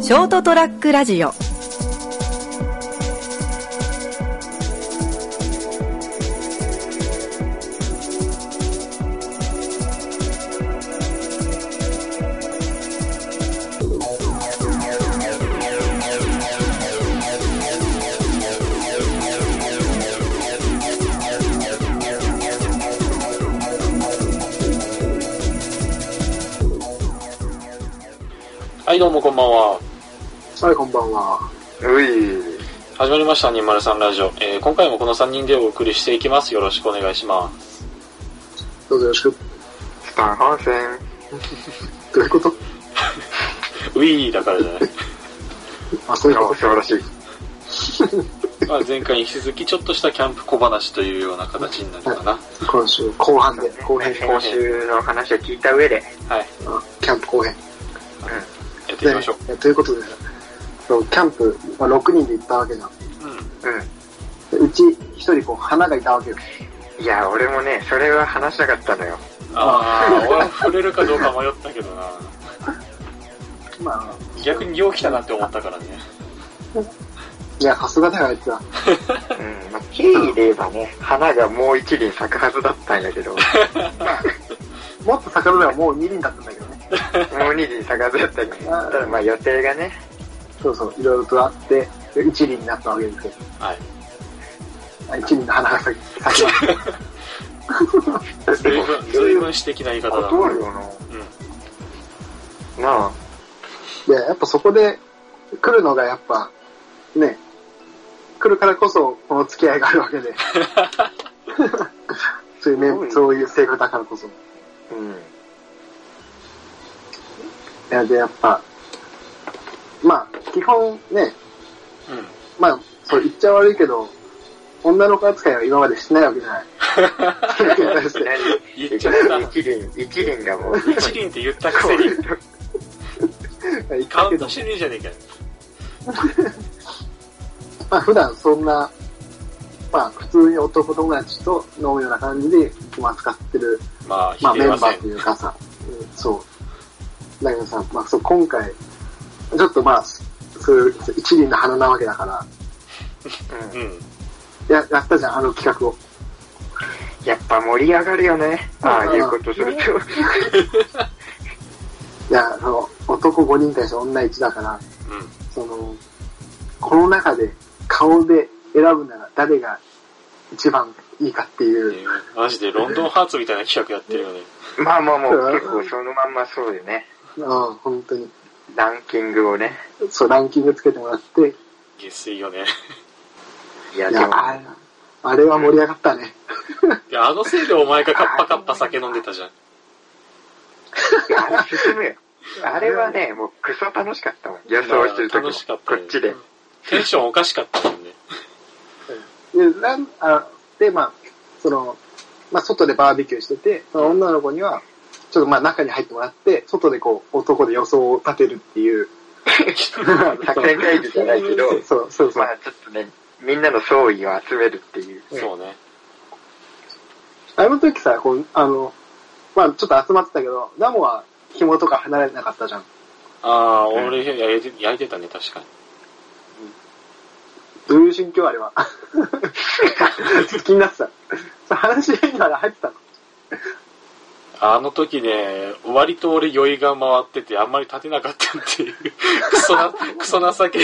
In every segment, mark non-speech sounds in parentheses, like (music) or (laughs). ショートトラックラジオはい、どうもこんばんは。はい、こんばんは。うい始まりました、203ラジオ。えー今回もこの3人でお送りしていきます。よろしくお願いします。どうぞよろしく。スタンハンセンどういうことウィーだからじゃない。 (laughs) あ、そういうの素晴らしいまあ前回に引き続き、ちょっとしたキャンプ小話というような形になるかな。今週後半で、後編、今週の話を聞いた上ではい、あキャンプ後編。やっていきましょう。でということで、そうキャンプ、まあ、6人で行ったわけじゃん。うん。うでうち1人こう花がいたわけよ。んいや俺もねそれは話したかったのよああ、俺は触れるかどうか迷ったけどな。まあ、逆によう来たなって思ったからね。いや、さすがだよ、あいつは。うんまあ経緯で言えばね花がもう一輪咲くはずだったんやけ (laughs) どももっと魚ではもう2輪だったんだけどね。う二輪咲くはずだったんやけどただまあ予定がねそうそう、いろいろとあって、で1輪になったわけですけど、はい。あ1輪の花が咲き咲きました。随分、随分私的な言い方だな。断るよななあで、やっぱそこで来るのがやっぱ、ね、来るからこそこの付き合いがあるわけ (laughs) で。そういうね、そういう性格だからこそ。い (laughs) うんや、で、やっぱ、まあ、基本ね、うん。うん。まあ、そう言っちゃ悪いけど、女の子扱いは今までしてないわけじゃ (laughs) ない。言っちゃった。一輪 (laughs) 一輪がもう一輪って言ったくせに、言ったカウけンどト、してねえじゃねえかよ。まあ普段そんな、まあ普通に男友達と飲むような感じで、まあ使ってるまあ、まあひでメンえバませんーと。いうかさ、うんそう。だけどさ、まあそう、今回、ちょっとまあ、そういう一輪の花なわけだから、うんうん。ややったじゃん、あの企画を。やっぱ盛り上がるよねああいうことするといや、あの、男5人に対して女1だから、うん。その、この中で顔で選ぶなら誰が一番いいかっていう、マジでロンドンハーツみたいな企画やってるよね。まあまあもううん結構そのまんまそうよね。うん、本当に、ランキングをね。そう、ランキングつけてもらって、い下水よね。 (laughs) いやでや、も、あれあれは盛り上がったね。いや、あのせいでお前がカッパカッパ酒飲んでたじゃん。あれ進むよ。あれはね、もうクソ楽しかったもん。予想してる時も楽しかっ。たこよっちで。テンションおかしかったもんね。で、なんあでまあ、その、まあ、外でバーベキューしてて、その女の子には、ちょっとまあ中に入ってもらって、外でこう、男で予想を立てるって (laughs) いう。作戦会議じゃないけど、そうそうそう。まあちょっとね、みんなの総意を集めるっていう。そうね。あの時さ、こう、あの、まあちょっと集まってたけど、ナモは紐とか離れてなかったじゃん。ああー、俺焼いて焼いてたね、確かに。どういう心境あれは。好きになってた。そう話し合いには入ってたの。あの時ね、割と俺酔いが回ってて、あんまり立てなかったっていう、 (laughs) クソな、クソ情け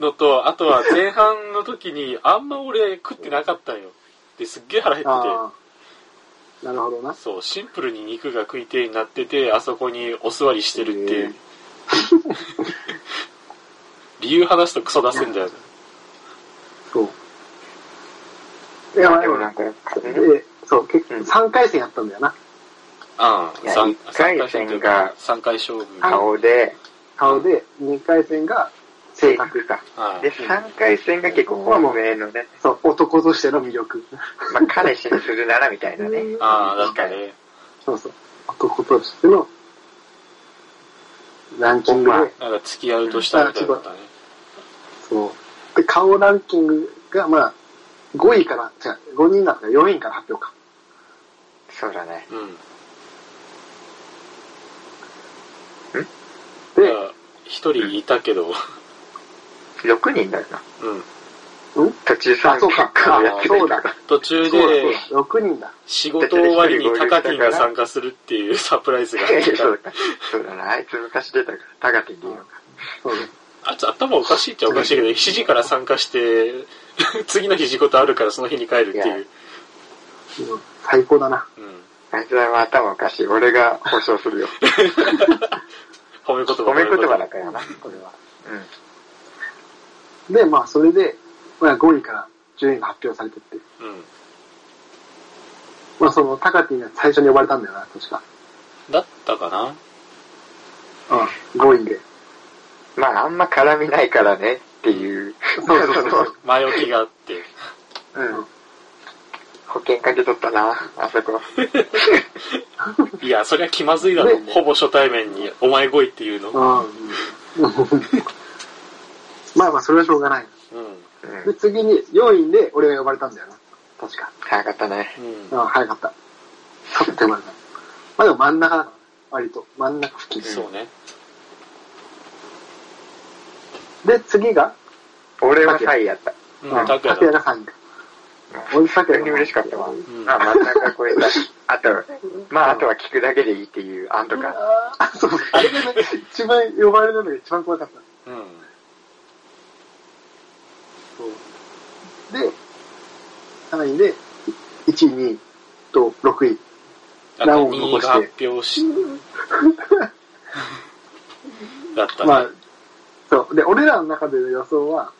のと、あとは前半の時に、あんま俺食ってなかったんよ。で、すっげえ腹減ってて。ああ。なるほどな。そう、シンプルに肉が食いてえになってて、あそこにお座りしてるっていう。 (laughs) 理由話すとクソ出せんだよね。そう。いや、いや、まあでもなんか、うんで、そう、結構うん3回戦やったんだよな。あいや三一回戦というがか3回勝負。は顔で、顔で、2回戦が、性格か。で、い。 3回戦が結構本命のね、そう、男としての魅力。まあ彼氏にするならみたいなね。ああ、だったね。そうそう。男としての、ランキングまあで、なんか付き合うとしたみたいだったね。そう。で、顔ランキングが、まあ、5位から、違う、5人だったから4位から発表か。そうだね。うん。でだか、ら一人いたけど、 6人だよな。うん。途中参あそうか加をやってたそうだ途中そうだでそうだ、6人だ。仕事終わりにタカティンが参加するっていう (laughs) サプライズがあっいやいてや (laughs) そうだそうだな。あいつ昔出たから、タガティでいいのか。そうだ。あいつ頭おかしいっちゃおかしいけど、7時から参加して、 (laughs) 次の日仕事あるからその日に帰るっていう。うん最高だな。うん。あいつらは頭おかしい。俺が保証するよ。褒め言葉褒め言葉だだ。からな、これは。うん。で、まあ、それで、まあ、5位から10位が発表されてって。うん。まあ、その、タカティが最初に呼ばれたんだよな、確か。だったかなうん。5位で。まあ、あんま絡みないからねっていう、そうそうそうの前置きがあ (laughs) って。うん、保険かけとったな、あそこ。いや、そりゃ気まずいだろ。ねほぼ初対面に、お前来いっていうの。うん。うん。まあまあ、それはしょうがない。ううで、ん。次に4位で俺が呼ばれたんだよな。確か。早かったね。ん。うん、早かった。さっと呼ばれた。まあでも真ん中だから、割と。真ん中付近。そうね。で、次が、俺は3位やった。うん、拓タ也クヤだ。が3位だ。俺本拓当也に嬉しかったわ。んまあ、真ん中超えた。 (laughs) あと、まあ、あとは聞くだけでいいっていう安堵感。あーそう、あれがね、一番呼ばれるのが一番怖かった。うん。で、3位で、1位、2位と6位。あラとオウを2位残がして発表 (laughs) し、だったね。まあ、そう。で、俺らの中での予想は、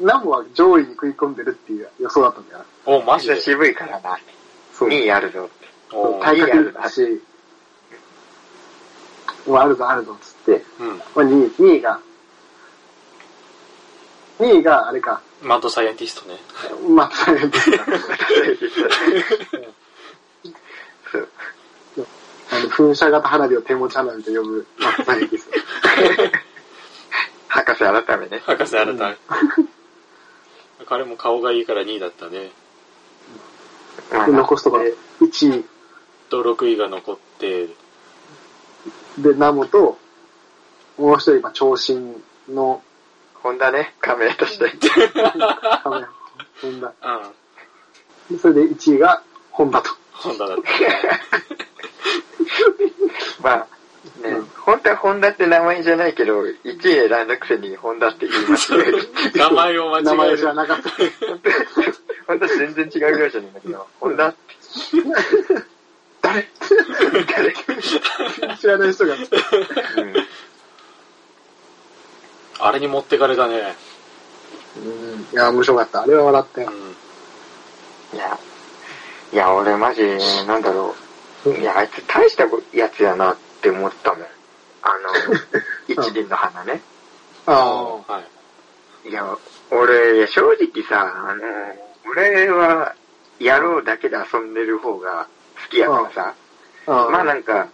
ナモは上位に食い込んでるっていう予想だったんだよな。おマジじゃで。渋いからな。そう2位あるぞって。お体いいや格つだだし、もうあるぞあるぞっつって、うん。まあ、2, 2位が、2位があれか、マッドサイエンティストね。まあ、大変ですから (laughs) そう。あの、噴射型花火を手持ち花火と呼ぶ、まあ、大変です。博士改めね。博士新た。彼も顔がいいから2位だったね。 (laughs) まあで、残すところ、1と、6位が残って、位でナモと、もう一人、まあ、長身 (laughs) のホンダね、仮名として。カメラ、ホンダ。うん。でそれで1位が、本場と。本田だっ (laughs) まあ、ね、うん本当はホンダって名前じゃないけど、1位選んだくせにホンダって言いますね。た。名前を間違名え前知らる。なかった。 (laughs) 本当全然違う業者なんだけど、ホンダって。誰誰、 (laughs) 知らない人が。うん、あれに持ってかれたね。うん。いや、面白かった。あれは笑ったよ。ういや、いや、俺マジ、なんだろう。いや、あいつ大したやつやなって思ったもん。あ (laughs) の、一輪の花ね。あん。はい。いや、俺、正直さ、あの、俺は、やろうだけで遊んでる方が好きやからさ、あ。ああ。まあなんか、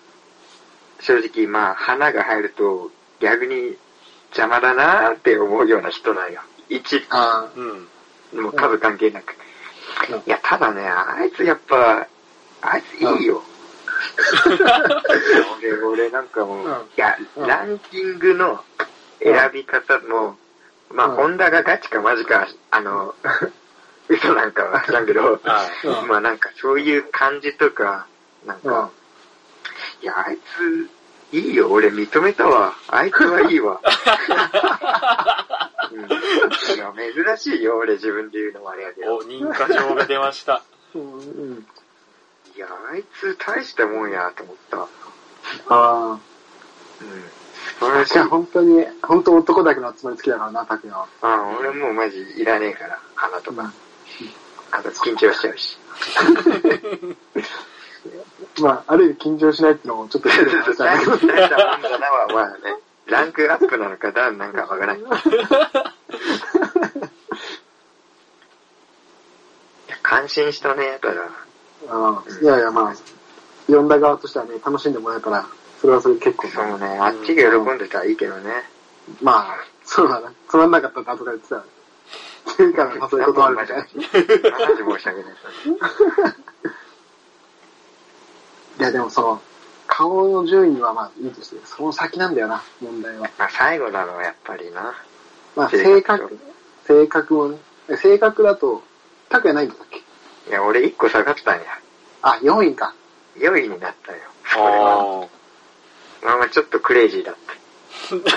正直、まあ、花が入ると、逆に邪魔だなーって思うような人なんよ。一、あうん。もう数関係なうく。んいや、ただね、あいつやっぱ、あいつい (laughs) いよ。俺、俺なんかもう、うんいや、うんランキングの選び方も、まあ、うんホンダがガチかマジか、あの、嘘なんかは知らんけど、はうんまあなんかそういう感じとか、なんあ。うんか、。いや、あいつ、いいよ、俺認めたわ。あいつはいいわ。うん、いや珍しいよ、俺自分で言うのもあれやけい。ど。お、認可状が出ました。うんうん。いや、あいつ大したもんやと思った。うん。ああ。素晴らし私いは。本当に、本当男だけの集まり好きだからな、タクヤは。あ俺もうマジいらねえから、花とうんか。あと緊張しちゃうし。まあ、ある意味緊張しないってのもちょっと (laughs) 大失礼な話しただけどもん。だなは、まあね、ランクアップなのか、ダウンなんかわからない。いや、感心したね、ただ。うんいやいや、ま (laughs) あ、呼んだ側としてはね、楽しんでもらえたら、それはそれで結構そのね、あっちが喜んでたらいいけどね。まあ、そうだな。つまんなかったって後から言ってたよ。っていうから誘い断るみ (laughs) たいな。いマジ申し訳ない。や、でもその、顔の順位はまあいいとして、その先なんだよな、問題は。まあ、最後なのはやっぱりな。まあ、性性格格、性格もね。性格だと、高くないんだっけいや、俺1個下がったんや。あ、4位か。 4位になったよ。それは。あまあまあちょっとクレイジーだった。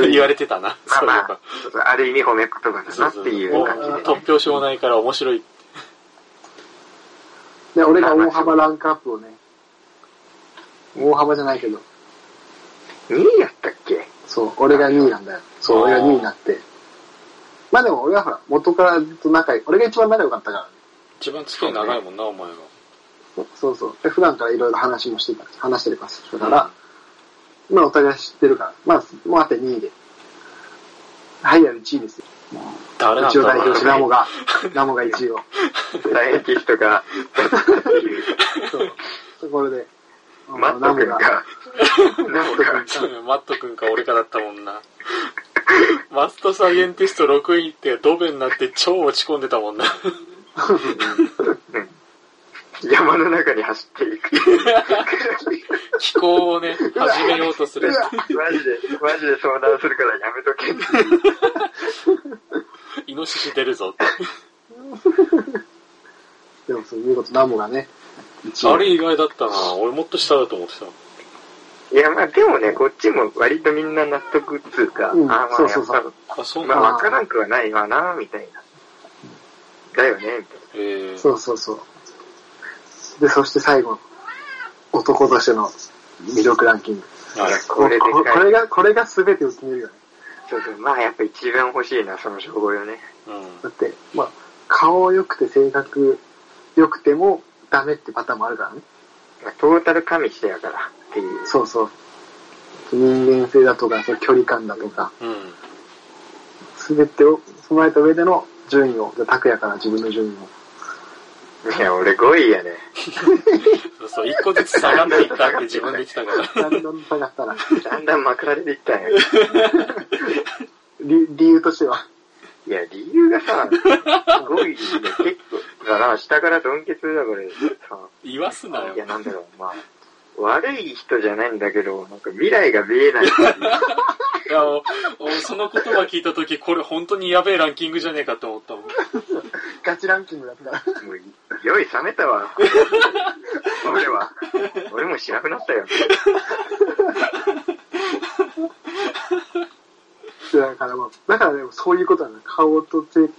あ (laughs) 言われてたなまあそういまえあば、そうそうある意味褒め言葉だなそっうそうていうもう感じでね。突拍子もないから面白いで、俺が大幅ランクアップをね、大幅じゃないけど、 2位やったっけそう、俺が2位なんだよ。そう、俺が2位になって。まあでも俺はほら、元からずっと仲良い。俺が一番仲良かったからね。一番付き合い長いもんな、お前はそうそう。で普段からいろいろ話もしてた、話してるから、だから、まあお互い知ってるから、まあ、もうあって2位で。はい、やる1位ですよ。誰なうんちだを代ろう表してラモが、ラモが1位を。 (laughs) 大エキスト (laughs) が、そう。ところで、あのマット君が、ラナモが、そう (laughs) マット君か俺かだったもんなマストサイエンティスト6位ってドベになって超落ち込んでたもんな山の中に走っていく。気候をね始めようとする (laughs) マジで、マジで相談するからやめとけって。イノシシ出るぞってでもそう、見事ラモがね、1位。あれ意外だったな俺もっと下だと思ってたいや、まあでもね、こっちも割とみんな納得っつうか、うんああ、まあそうそうそうやっぱあそうなまあんだわからんくはないわな、みたいな。だよね、みたいえー、そうそうそう。で、そして最後、男としての魅力ランキング。あれこれでかいここれが、これが全てを決めるよね。な。そうそう、まあやっぱ一番欲しいな、その称号よね。うだって、まあ、顔良くて性格良くてもダメってパターンもあるからね。まあ、トータル加味してやから、っていう。そうそう。人間性だとか、その距離感だとか、んうん全てを備えた上での順位を、じゃあ拓也から自分の (laughs) 順位を。いや、俺5位やね。そうそう一個ずつ下がっていったって自分で言ってたから (laughs) だんだん下がったら、だんだんまくられていったんや。理理由としては。いや、理由がさ、5位で結構、だから下からドンケツだ、これ。さ言わすなよいや、なんだろう、まあ。悪い人じゃないんだけど、なんか未来が見えない。いやもうもうその言葉聞いた時これ本当にやべえランキングじゃねえかって思ったもんガチランキングだったら。もう、酔い冷めたわ。 (laughs) 俺は。俺もしなくなったよ。だからもう、だからでもそういうことなんだ。顔と性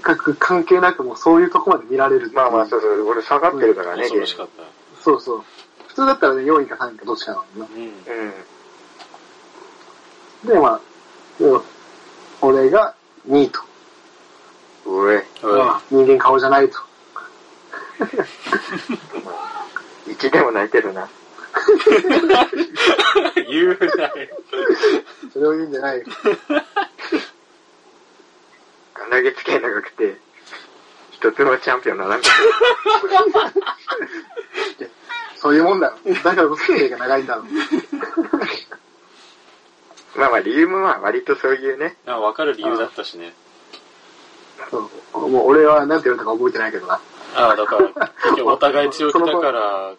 格関係なくもうそういうとこまで見られる。まあまあ、そうそう、俺下がってるからね、恐ろしかっそうそう。普通だったらね、4位か3位かどっちかなのたうんゲームうん。にな。で、まあ、でも俺が2位と。おい、まあ人間顔じゃないと。 1でも泣いてるな。 (laughs) 言うなよそれを言うんじゃないよ。あんだけ付き合い長くて、一つもチャンピオンならんかっそういうもんだよ。だからこそ生が長いんだろう。た。まあまあ、理由もまあ、割とそういうね。あ分かる理由だったしねそう。もう俺は何て言われたか覚えてないけどな。ああだから結局お互い強気だから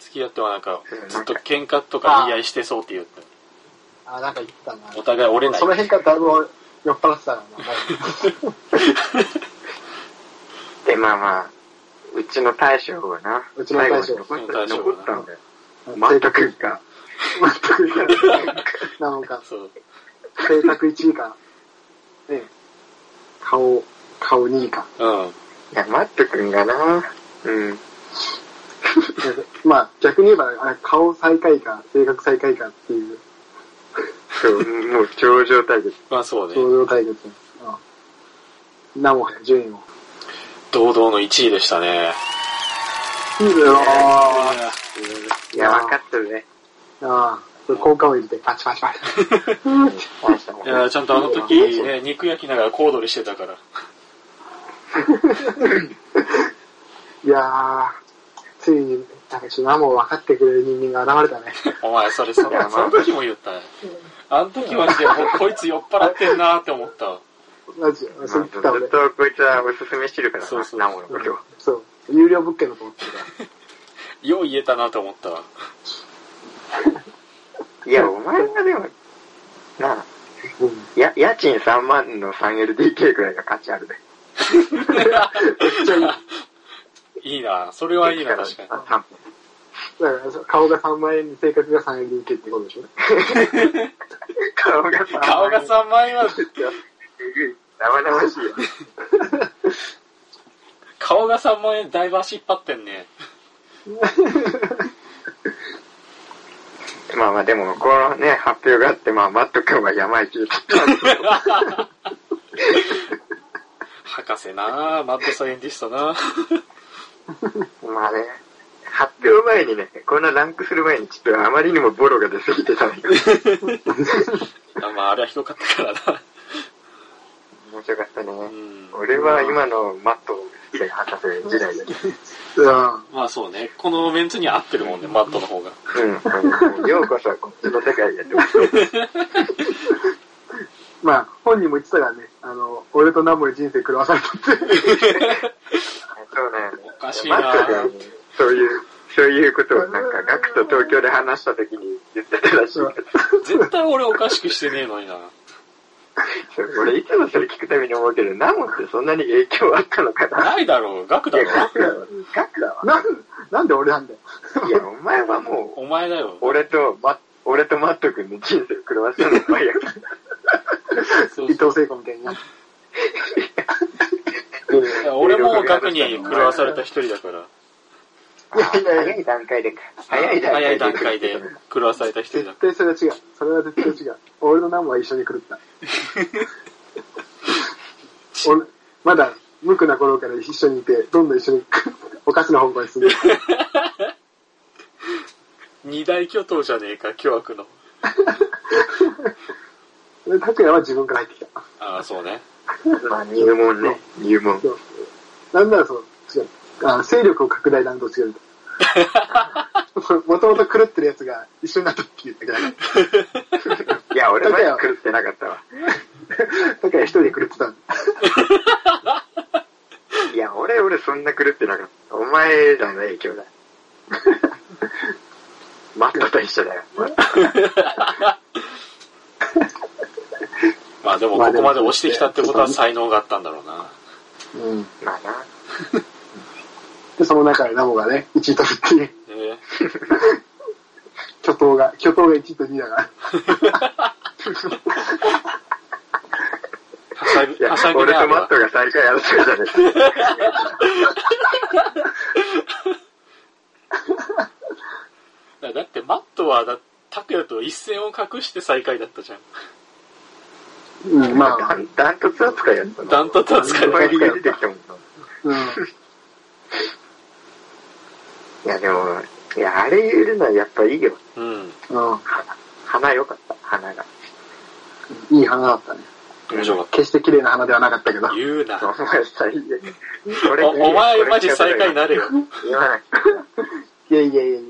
付き合ってはなんかずっと喧嘩とか言い合いしてそうって言ってあ、なんか言ってたなお互い折れないその辺からだいぶ酔っ払ってた (laughs) からで、まあまあ、うちの大将はな、うちの大将最後にうちの大将残ったんだよ。な。全くか。全く。 (laughs) なのか。そう性格1位か、ね、顔、顔2位か。うんいや、マット君がな、うん。まあ、逆に言えば、あれ顔最下位か、性格最下位かっていう、そう、もう頂上対決。まあそうね頂上対決。うん。なも、順位も。堂々の1位でしたねいいだよあいや、分かってるね。あ、それ効果を入れて、パチパチパチ。うんいやちゃんとあの時ね肉焼きながら小躍りしてたからいやー、ついに、なんかちょっとナモを分かってくれる人間が現れたね。お前それそのいやまあその時も言ったねあの時マジでもうこいつ酔っ払ってんなーって思ったわ (laughs) マジ、まあそう言ずってた俺っ。とこいつはおすすめしてるからそうそうな、ナモのことを。そう、有料物件だと思ってるから。よう言えたなと思ったわいや、お前がでも、なあ、や、家賃3万の 3LDK くらいの価値あるね。いいなそれはいいな、確かに。あ三だから、顔が3万円で性格が 3LDK ってことでしょ顔が3万。顔が3万円は、えぐい生々しいよ。顔が3万円だいぶ足引っ張ってんね。まあまあでも、このね、発表があって、まあ、マット君は山行きだったんで博士なマッドサイエンティストなまあね、発表前にね、こんなランクする前に、ちょっとあまりにもボロが出すぎてたのよ。あまあ、あれはひどかったからな。面白かったうね。ん。俺は今のマット好きだよ、博士時代だよ。うまあそうね、このメンツに合ってるもんね、マットの方が。うん、うん。ようこそ、こっちの世界へと。ん。まあ、本人も言ってたからね、あの、俺とナモリ人生狂わされた (laughs) って。そうね。おかしいマなット君、そういう、そういうことをなんか、ガクと東京で話した時に言ってたらしいけど絶対俺おかしくしてねえのにな。そう俺いつもそれ聞くたびに思うけど、ナモってそんなに影響あったのか (laughs) なないだろう、額いだや、ろ。ガクだわ。ガクだわ。なん、なんで俺なんだよ。いや、お前はもう、お前だよ。俺と、ま、俺とマット君の人生を狂わせたのばやから。そう伊藤聖子みたいにな。いや俺も額に狂わされた一人だから。いやいや早い段階でか。早い段階で。早い段階で狂わされた一人だ (laughs) 絶か対それは違う。それは絶対違う。俺とナモは一緒に狂 (laughs) った。俺、まだ、無垢な頃から一緒にいて、どんどん一緒に (laughs) おかしな方向に進んで (laughs) る。ら。二大巨頭じゃねえか、巨悪の。で、拓也は自分から入ってきた。ああ、そうね。まあ、入門ね。入門。そう。なんならそう、違う。あ勢力を拡大弾道違 (laughs) う。もともと狂ってるやつが一緒になったっていうだけ (laughs) だかいや、俺まで狂ってなかったわ。ら。だから一人で狂ってたんだ。いや、俺、俺そんな狂ってなかった。お前らの影響だ。 (laughs) マットと一緒だよ。まあでも、ここまで落ちてきたってことは才能があったんだろうな。うん。まあな。で、その中でナモがね、1位と2っていう、ね巨頭が、巨頭が1位と2だから。はしゃいぐ、やはしゃ、ぐ俺ね、あとれマッはト。が最下位争いじゃねえか。だって、マットは、だ拓也と一線を隠して最下位だったじゃん。 (laughs) うん、ま (laughs) あ、ダントツ扱いやったの。ダントツ扱いいっぱい理由出てきたもんな。うん。いや、でも、いや、あれ言えるのはやっぱいいよ。うん。う花。花良かった、花が。ん。いい花だったね。面白かっ決して綺麗な花ではなかったけどた。。言うな。お前最悪。俺おお前、マジ最下位になれよ。言わない。いやいやいやい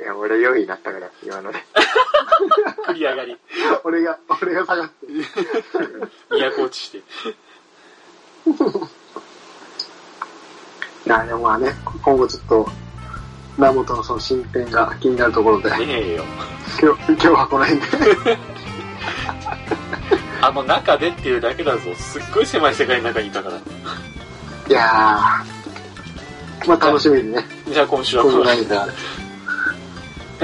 いや、俺4位になったから、今ので。繰り上がり。や。俺が、俺が下がって。都落ちして。いや、でもまあね、今後ちょっと、ナモとのその進展が気になるところで、ねえよ。今日、今日はこの辺で。あの中でっていうだけだぞ。すっごい狭い世界の中にいたから。いやー、まあ楽しみにね、じゃあ今週はここのの辺辺で。で。あ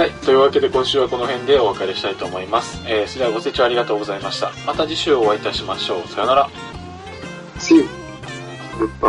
はい。というわけで今週はこの辺でお別れしたいと思います。えー、それではご清聴ありがとうございました。また次週お会いいたしましょう。さよなら。 See you. グッバ